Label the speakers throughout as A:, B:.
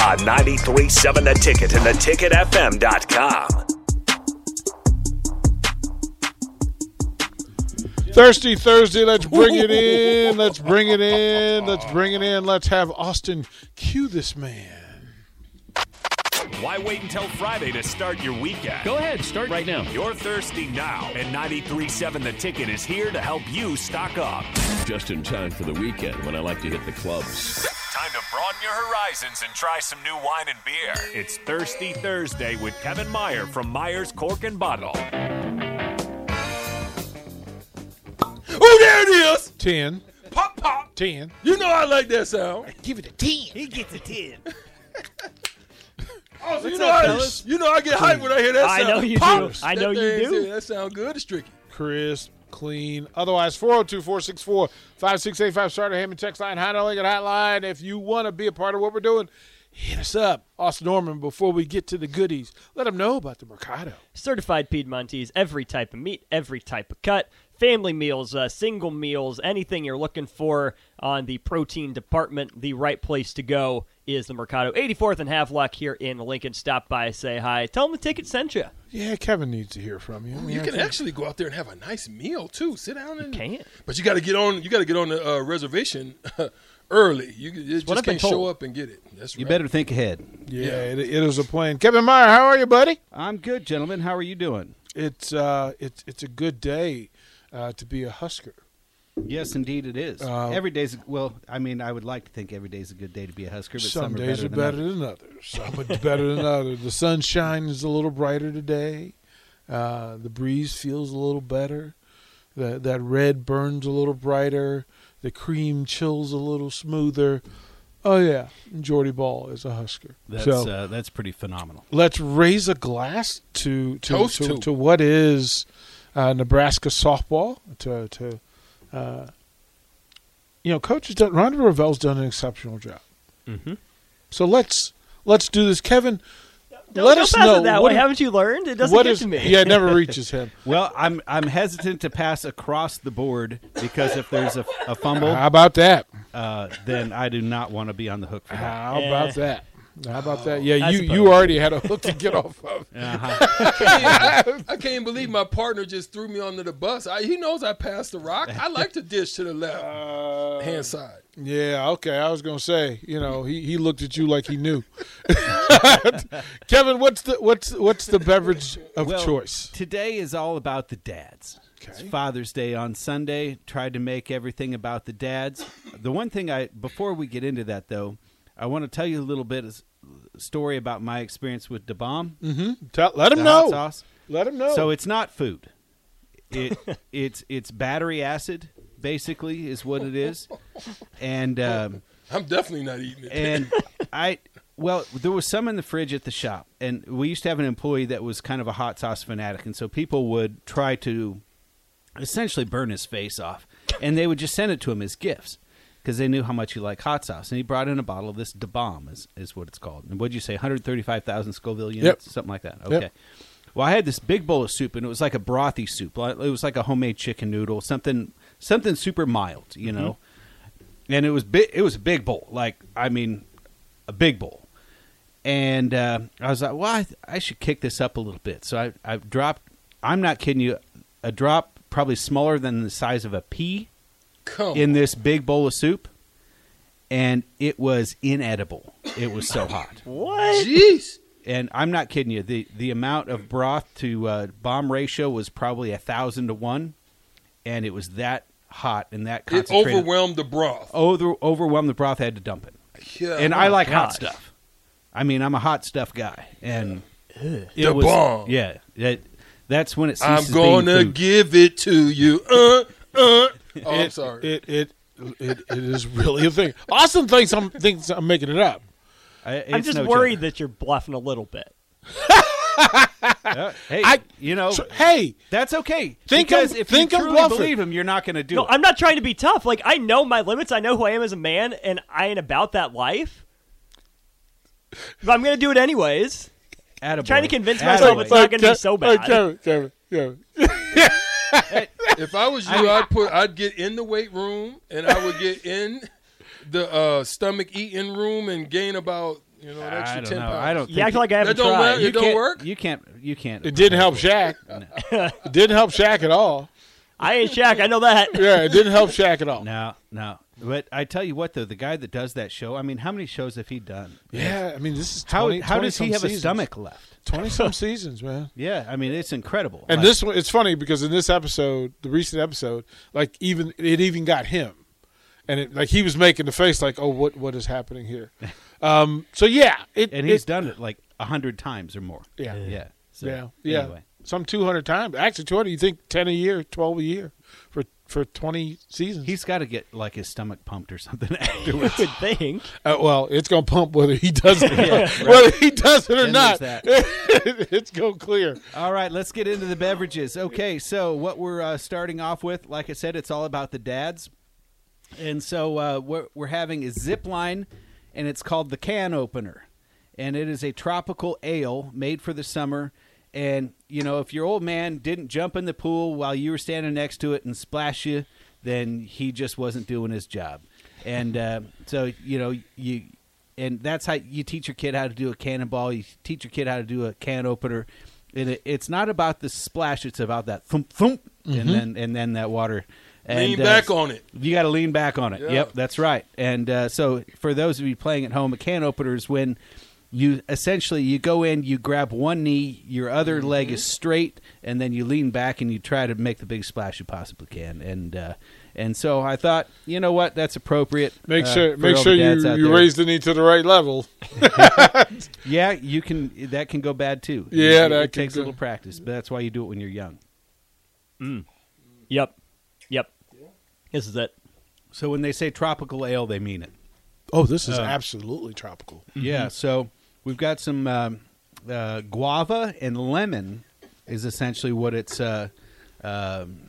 A: on 937 The Ticket and theticketfm.com.
B: Thirsty Thursday, let's bring it in. Let's bring it in. Let's bring it in. Let's have Austin cue this man.
A: Why wait until Friday to start your weekend?
C: Go ahead, start right now.
A: You're thirsty now, and 937 The Ticket is here to help you stock up.
C: Just in time for the weekend when I like to hit the clubs.
A: Time to broaden your horizons and try some new wine and beer. It's Thirsty Thursday with Kevin Meyer from Meyer's Cork and Bottle.
D: Oh, there it is!
B: 10,
D: Pop, pop!
B: 10.
D: You know I like that sound.
B: Give it a 10.
E: He gets a 10.
D: Oh, you,
E: What's
D: know
E: up,
D: I,
E: fellas?
D: you know I get hyped when I hear that
E: I
D: sound.
E: know you do.
D: Pop!
E: I
D: That
E: know you
D: thing is
E: do.
D: it. That sound good, it's tricky.
B: Crisp, clean. Otherwise, 402 464 5685 Starter Hammond Text Line, High Lincoln Hotline. If you want to be a part of what we're doing, hit us up. Austin Norman, before we get to the goodies, let them know about the Mercado.
E: Certified Piedmontese, every type of meat, every type of cut, family meals, uh, single meals, anything you're looking for on the protein department, the right place to go is the Mercado. 84th and Havelock here in Lincoln. Stop by, say hi. Tell them the ticket sent you.
B: Yeah, Kevin needs to hear from Oh, you.
D: You can actually go out there and have a nice meal too. Sit down and
E: can.
D: But you got to get on. You got to get on the uh, reservation early. You, you just
E: what I've been
D: can't show
E: told.
D: up and get it. That's
F: You
D: right.
F: better think ahead.
B: Yeah, It, it is a plan. Kevin Meyer, how are you, buddy?
F: I'm good, gentlemen. How are you doing?
B: It's uh, it's it's a good day uh, to be a Husker.
F: Yes, indeed, it is.
B: Uh,
F: every day's well. I mean, I would like to think every day's a good day to be a Husker, but
B: Some
F: some,
B: days are
F: are
B: better
F: better.
B: than others. Some are better than others. The sunshine is a little brighter today. Uh, the breeze feels a little better. That that red burns a little brighter. The cream chills a little smoother. Oh yeah, Jordy Ball is a Husker.
F: That's
B: so
F: uh, that's pretty phenomenal.
B: let's raise a glass to to
D: Toast
B: to,
D: to.
B: to what is uh, Nebraska softball to to uh, you know coach has done Ron Revell's done an exceptional job. So let's let's do this, Kevin.
E: Don't,
B: let
E: don't
B: us
E: pass
B: know
E: it that
B: what
E: way.
B: is-
E: Haven't you learned? It doesn't
B: what
E: get
B: is-
E: to me.
B: yeah, it never reaches him.
F: Well, I'm I'm hesitant to pass across the board because if there's a, a fumble,
B: How about that?
F: uh, then I do not want to be on the hook for that.
B: How
E: Eh.
B: about that? How about that? Yeah,
E: I
B: you you
E: suppose.
B: already had a hook to get off of.
F: Uh-huh.
D: I can't believe my partner just threw me under the bus. I, he knows I passed the rock. I like to dish to the left hand side.
B: Yeah, okay. I was gonna say, you know, he, he looked at you like he knew. Kevin, what's the what's what's the beverage of
F: Well,
B: choice?
F: Today is all about the dads. It's Father's Day on Sunday. Tried to make everything about the dads. The one thing I before we get into that though, I want to tell you a little bit of s- story about my experience with the bomb.
B: Tell, Mm-hmm. let him
F: the hot
B: know.
F: sauce.
B: Let him know.
F: So it's not food. It it's it's battery acid basically is what it is, and um,
D: I'm definitely not eating it.
F: and I well there was some in the fridge at the shop, and we used to have an employee that was kind of a hot sauce fanatic, and so people would try to essentially burn his face off, and they would just send it to him as gifts. Because they knew how much he liked hot sauce, and he brought in a bottle of this Da Bomb, is, is what it's called. And what'd you say, 135,000 Scoville units, something like that. Okay.
B: Yep.
F: Well, I had this big bowl of soup, and it was like a brothy soup. Like- It was like a homemade chicken noodle, something something super mild, you know. And it was big. It was a big bowl, like I mean, a big bowl. And uh, I was like, well, I, I should kick this up a little bit. So I I dropped. I'm not kidding you. A drop
E: Oh.
F: probably smaller than the size of a pea
D: Come
F: in this big bowl of soup. and it was inedible. It was so hot.
E: What?
D: Jeez.
F: and I'm not kidding you. The the amount of broth to uh, bomb ratio was probably a thousand to one, and it was that hot and that
D: It
F: concentrated.
D: overwhelmed the broth.
F: Over- overwhelmed the broth. Had to dump it,
D: Yeah.
F: and I like hot
E: Oh gosh.
F: stuff. I mean, I'm a hot stuff guy, and it
D: The
F: was-
D: bomb.
F: Yeah, that, that's when it
D: I'm
F: ceases being
D: gonna
F: food.
D: give it to you. Uh, uh. Oh, I'm
B: it,
D: sorry.
B: It it, it it is really a thing. Austin thinks I'm thinks I'm making it up.
F: I-
E: I'm
F: it's
E: just
F: no joke.
E: worried that you're bluffing a little bit.
F: Uh, hey,
B: I-
F: you know
B: So, hey,
F: that's okay.
B: Think
F: because
B: I'm-
F: if
B: think
F: you
B: I'm
F: truly
B: bluffing.
F: believe him, you're not going to do
E: No,
F: it.
E: I'm not trying to be tough. Like I know my limits. I know who I am as a man, and I ain't about that life. But I'm gonna do it anyways.
F: Attaboy.
E: trying to convince myself
F: Attaboy.
E: it's not gonna be so
B: Hey,
E: bad.
B: Kevin, Kevin, Kevin.
D: If I was you, I'd put I'd get in the weight room and I would get in the uh, stomach eating room and gain about you know an
F: I
D: extra
F: don't
D: ten
F: know.
D: pounds.
F: I don't
E: You
F: think
E: act like I haven't
D: That don't
E: tried.
D: matter. It don't
F: can't-
D: work?
F: You can't. You can't.
B: It didn't help Shaq. It didn't help Shaq at all.
E: I ain't Shaq. I know that.
B: Yeah, it didn't help Shaq at all.
F: No, no. But I tell you what, though, the guy that does that show, I mean, how many shows have he done?
B: Yeah, I mean this is
F: How
B: 20
F: how does he
B: 20
F: have
B: some
F: a
B: seasons.
F: stomach left?
B: Twenty some seasons, man.
F: Yeah, I mean, it's incredible.
B: And
F: Like,
B: this one, it's funny because in this episode, the recent episode, like even it even got him, and it like he was making the face like, oh, what what is happening here? Um, so yeah, it
F: and he's
B: it-
F: done it like a hundred times or more.
B: Yeah.
F: yeah, so,
B: yeah, yeah,
F: Anyway,
B: some two hundred times. Actually, two hundred. You think ten a year, twelve a year for for twenty seasons?
F: he's got to get like his stomach pumped or something afterwards.
E: Good thing.
B: Uh, well, it's gonna pump whether he does it, or not. whether he does it or
F: Then
B: not.
F: there's
B: it's gonna clear.
F: All right, let's get into the beverages. Okay, so what we're uh, starting off with, like I said, it's all about the dads. And so uh, what we're having is Zipline, and it's called the Can Opener. And it is a tropical ale made for the summer. And, you know, if your old man didn't jump in the pool while you were standing next to it and splash you, then he just wasn't doing his job. And uh, so, you know, you and that's how you teach your kid how to do a cannonball. You teach your kid how to do a can opener, and it, it's not about the splash; it's about that thump thump, and then and then that water. And,
D: Mm-hmm. Lean
F: uh,
D: back on it.
F: You got to lean back on it.
D: Yeah.
F: Yep, that's right. And uh, so, for those of you playing at home, a can opener is when you essentially you go in, you grab one knee, your other
B: Mm-hmm.
F: leg is straight, and then you lean back and you try to make the biggest splash you possibly can. And uh, and so I thought, you know what, that's appropriate.
B: Make
F: uh,
B: sure
F: for
B: make
F: all
B: sure
F: the dads
B: you,
F: out
B: you
F: there.
B: raise the knee to the right level.
F: Yeah, you can. That can go bad too.
B: Yeah,
F: it,
B: that
F: it
B: can
F: takes
B: go-
F: a little practice, but that's why you do it when you're young.
E: Yep. Yep. This is it.
F: So when they say tropical ale, they mean it.
B: Oh, this is absolutely tropical.
F: Yeah. So we've got some um, uh, guava and lemon is essentially what it's. Uh, um,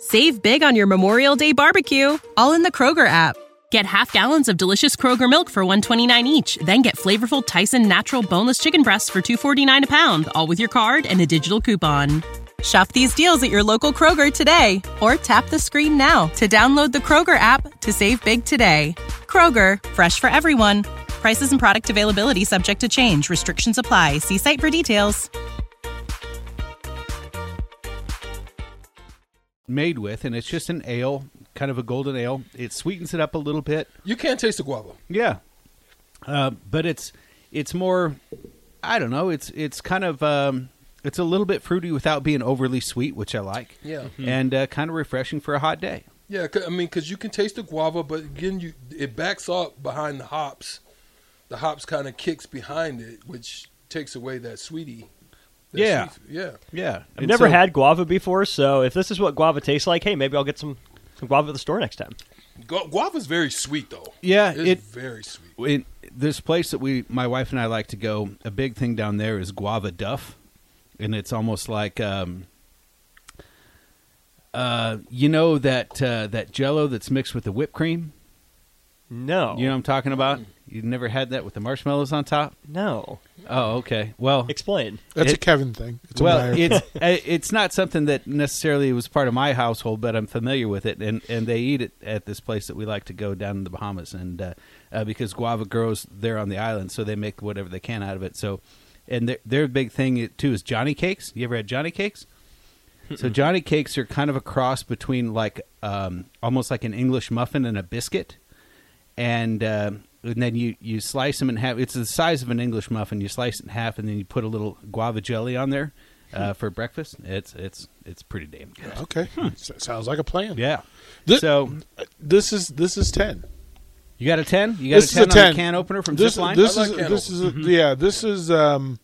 G: Save big on your Memorial Day barbecue, all in the Kroger app. Get half gallons of delicious Kroger milk for 129 each, then get flavorful Tyson natural boneless chicken breasts for 249 a pound, all with your card and a digital coupon. Shop these deals at your local Kroger today or tap the screen now to download the Kroger app to save big today. Kroger, fresh for everyone. Prices and product availability subject to change. Restrictions apply. See site for details.
F: made with, and it's just an ale, kind of a golden ale. It sweetens it up a little bit.
D: You can't taste the guava.
F: Yeah, uh, but it's it's more. I don't know. It's it's kind of um, it's a little bit fruity without being overly sweet, which I like.
D: Yeah.
E: Mm-hmm.
F: and uh, kind of refreshing for a hot day.
D: Yeah, 'cause- I mean, because you can taste the guava, but again, you it backs up behind the hops. The hops kind of kicks behind it, which takes away that sweetie. that
F: Yeah.
D: sweet- yeah.
F: Yeah,
E: I've never had guava before, so if this is what guava tastes like, hey, maybe I'll get some, some guava at the store next time.
D: Gu- Guava's very sweet though.
F: Yeah,
D: it's
F: it-
D: very sweet.
F: in this place that we my wife and I like to go. A big thing down there is guava duff, and it's almost like um, uh, you know that uh, that Jello that's mixed with the whipped cream.
E: No.
F: You know what I'm talking about. You've never had that with the marshmallows on top.
E: No.
F: Oh, okay. Well,
E: Explain.
B: That's a
F: It-
B: Kevin thing. It's a
F: well,
B: Meyer.
F: it's uh, it's not something that necessarily was part of my household, but I'm familiar with it, and, and they eat it at this place that we like to go down in the Bahamas, and uh, uh, because guava grows there on the island, so they make whatever they can out of it. So, and their their big thing too is Johnny cakes. You ever had Johnny cakes? So Johnny cakes are kind of a cross between like um, almost like an English muffin and a biscuit, and uh, and then you you slice them in half. It's the size of an English muffin. You slice it in half, and then you put a little guava jelly on there
B: Hmm.
F: uh, for breakfast. It's it's it's pretty damn good.
B: Okay, S- sounds like a plan.
F: Hmm. Yeah.
B: This,
F: so
B: this is this is ten.
F: You got a ten? You got
B: this
F: a ten
B: is a ten
F: on the can opener from
B: this,
F: Zipline? Mm-hmm.
B: This
D: I
B: is
D: like can
B: this is a,
D: opener.
B: yeah. This is um.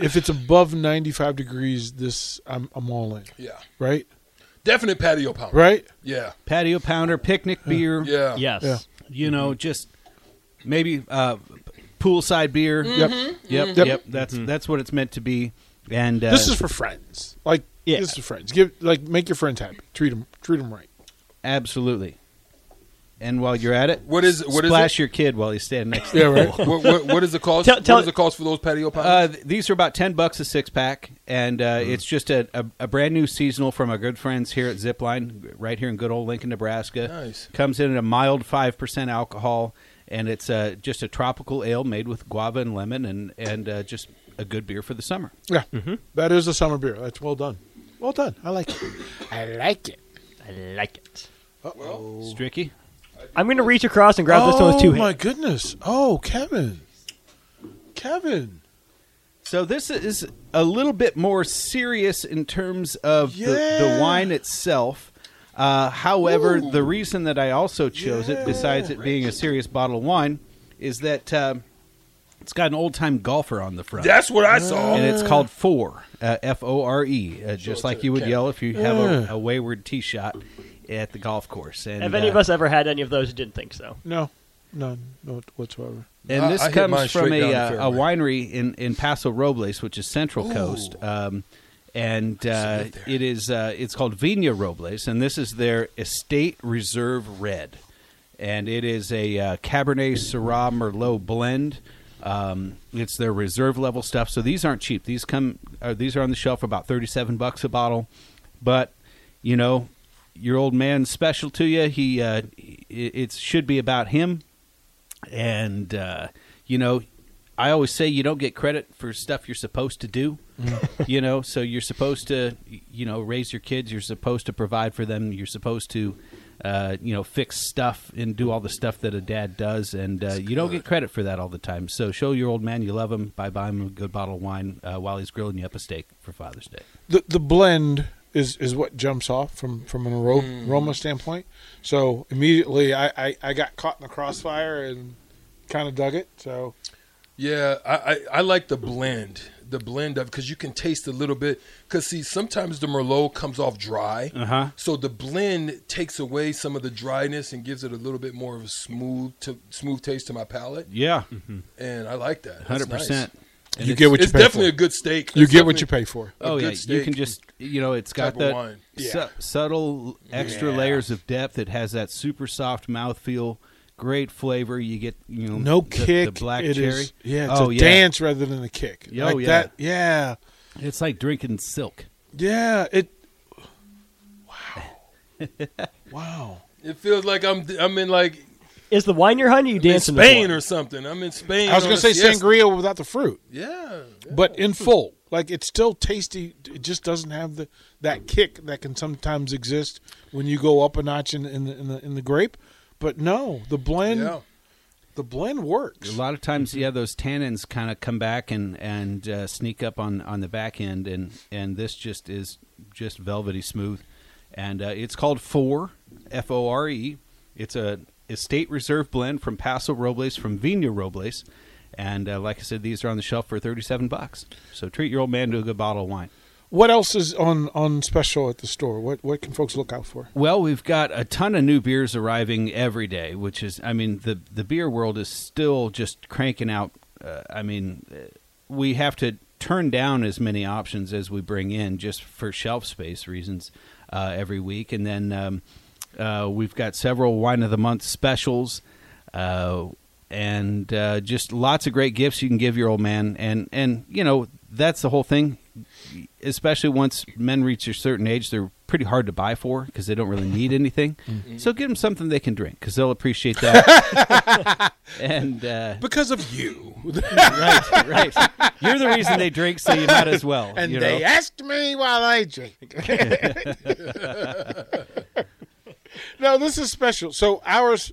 B: If it's above ninety five degrees, this I'm I'm all in.
D: Yeah.
B: Right,
D: Definite patio pound.
B: right.
D: Yeah.
F: patio pounder, picnic beer.
D: Yeah.
E: Yes.
B: Yeah.
F: You know,
B: Mm-hmm.
F: just maybe uh, poolside beer.
D: Mm-hmm.
B: Yep.
F: Yep,
B: Yep. Mm-hmm.
F: yep, That's that's what it's meant to be. And uh,
B: This is for friends. Like
E: Yeah.
B: this is for friends. Give like make your friends happy. Treat them treat them right.
F: absolutely. And while you're at it,
D: What is- what is
F: splash
D: it?
F: your kid while he's standing next to
B: Yeah.
F: you.
B: Right.
D: what, what, what is the cost?
E: Tell- tell-
D: what is the cost for those patio pounds?
F: Uh, th- these are about ten bucks a six pack, and uh,
B: Mm-hmm.
F: it's just a, a, a brand new seasonal from our good friends here at Zipline, right here in good old Lincoln, Nebraska.
D: Nice.
F: Comes in at a mild five percent alcohol, and it's uh, just a tropical ale made with guava and lemon, and and uh, just a good beer for the summer.
B: Yeah.
F: Mm-hmm.
B: That is a summer beer. That's well done. Well done. I like it. I like it.
E: I like it.
F: Stricky,
E: I'm going to reach across and grab this one with two
B: Oh my
E: hands.
B: goodness. Oh, Kevin. Kevin.
F: So this is a little bit more serious in terms of the,
B: Yeah.
F: the wine itself. Uh, however, the reason that I also chose it, besides it being a serious bottle of wine, is that uh, it's got an old time golfer on the front.
D: That's what I saw.
F: and it's called Four, uh, F O R E, uh, just like you would yell if you have a, a wayward tee shot at the golf course. And,
E: Have any
F: uh,
E: of us ever had any of those who didn't think so?
B: No. None. No whatsoever.
F: And
D: I-
F: this
D: I hit mine
F: comes from
D: straight
F: a,
D: down the
F: uh, a winery in, in Paso Robles, which is Central Coast, um, and uh, it is uh, it's called Vina Robles, and this is their Estate Reserve Red, and it is a uh, Cabernet Syrah Merlot blend. Um, it's their reserve level stuff, so these aren't cheap. These come uh, these are on the shelf for about thirty seven bucks a bottle, but you know your old man's special to you. He uh, it, it should be about him and uh, you know i always say you don't get credit for stuff you're supposed to do you know so you're supposed to you know raise your kids you're supposed to provide for them you're supposed to uh, you know fix stuff and do all the stuff that a dad does and uh, you don't get credit for that all the time so show your old man you love him by buying him a good bottle of wine uh, while he's grilling you up a steak for father's day
B: the the blend is is what jumps off from from an aro- aroma standpoint. So immediately, I, I I got caught in the crossfire and kind of dug it. So
D: Yeah, I, I, I like the blend, the blend of because you can taste a little bit. Because see, sometimes the merlot comes off dry,
F: Uh-huh.
D: so the blend takes away some of the dryness and gives it a little bit more of a smooth to smooth taste to my palate.
F: yeah
D: And I like that. Mm-hmm. That's
F: 100%
D: nice.
B: you get what you
D: It's
B: pay
D: definitely
B: for.
D: a good steak.
B: you
D: It's
B: get what you
D: definitely-
B: pay for.
D: a
F: oh yeah,
D: good
F: you
D: steak
F: can just you know it's
D: type
F: got
D: of
F: that
D: wine.
F: su-
D: Yeah.
F: subtle extra layers of depth. It has that super soft mouthfeel, great flavor. You get you know
B: No
F: the,
B: kick.
F: the black
B: it
F: cherry.
B: is- yeah, it's
F: oh
B: a
F: yeah,
B: dance rather than a kick.
F: Yeah,
B: like
F: oh, yeah.
B: That, yeah,
F: it's like drinking silk.
B: yeah. It. Wow.
D: It feels like I'm I'm in like
E: Is the wine your honey? You
D: in
E: dancing
D: Spain or something. I'm in Spain.
B: wow. I was
D: on
B: gonna
D: a
B: say
D: siesta.
B: sangria without the fruit,
D: Yeah,
B: but in full. Like it's still tasty. It just doesn't have the that kick that can sometimes exist when you go up a notch in, in the in the in the grape. But no, the blend.
D: yeah.
B: The blend works.
F: A lot of times, yeah, those tannins kind of come back and and uh, sneak up on on the back end, and and this just is just velvety smooth, and uh, it's called Four, F O R E. It's a estate reserve blend from Paso Robles from Vina Robles, and uh, like I said, these are on the shelf for thirty seven bucks. So treat your old man to a good bottle of wine.
B: What else is on on special at the store? What what can folks look out for?
F: Well, we've got a ton of new beers arriving every day, which is, I mean, the the beer world is still just cranking out. Uh, I mean, uh, we have to turn down as many options as we bring in just for shelf space reasons uh, every week, and then um, uh, we've got several wine of the month specials. Uh, and uh, just lots of great gifts you can give your old man, and and you know that's the whole thing especially once men reach a certain age, they're pretty hard to buy for because they don't really need anything. So give them something they can drink because they'll appreciate that. and uh,
B: Because of you.
F: right, right, you're the reason they drink, so you might as well. you know?
B: asked me while I drink. no, this is special. So hours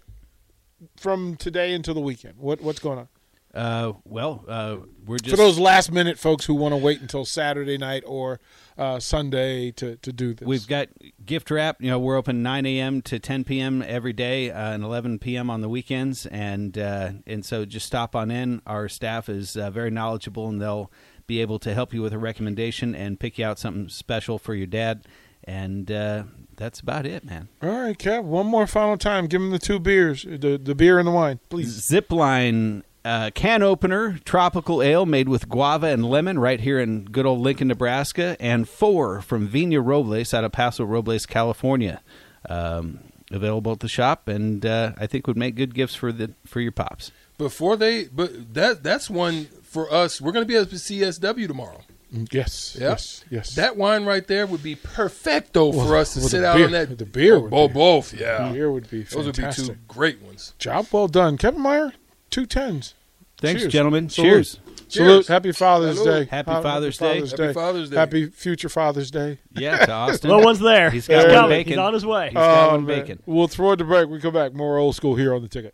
B: from today until the weekend. What what's going on?
F: Uh, well, uh, we're just
B: For those last minute folks who want to wait until Saturday night or uh, Sunday to, to do this.
F: We've got gift wrap. You know, we're open 9 a.m. to 10 p.m. every day uh, and 11 p.m. on the weekends. And uh, and so just stop on in. Our staff is uh, very knowledgeable, and they'll be able to help you with a recommendation and pick you out something special for your dad. And uh, that's about it, man.
B: All right, Kev, one more final time. Give him the two beers, the, the beer and the wine, please.
F: Zipline uh, can opener, tropical ale made with guava and lemon right here in good old Lincoln, Nebraska, and four from Vina Robles out of Paso Robles, California. Um, available at the shop, and uh, I think would make good gifts for the for your pops.
D: Before they, but that that's one for us. We're going to be at the CSW tomorrow.
B: Mm, Yes,
D: Yeah.
B: yes, yes.
D: That wine right there would be perfecto for us to
B: Well,
D: sit
B: the
D: out
B: beer-
D: on that.
B: the beer would
D: oh,
B: be-
D: both, yeah.
B: the beer would be
D: Those would be two
B: fantastic.
D: great ones.
B: Job well done, Kevin Meyer. Two tens.
F: Thanks,
B: Cheers.
F: gentlemen.
B: Salute.
F: Cheers.
B: Salute.
D: Cheers.
B: Happy Father's
D: Salute.
B: Day.
F: Happy
B: Happy
F: Father's Day.
B: Father's
D: Happy Father's Day.
B: Happy future Father's Day.
F: Yeah, to Austin.
E: Little one's there.
F: He's
E: He's,
F: got one
E: coming.
F: bacon.
E: He's on his way.
F: He's got
B: Oh,
F: one
B: man.
F: bacon.
B: We'll throw it to break. We come back. More old school here on the ticket.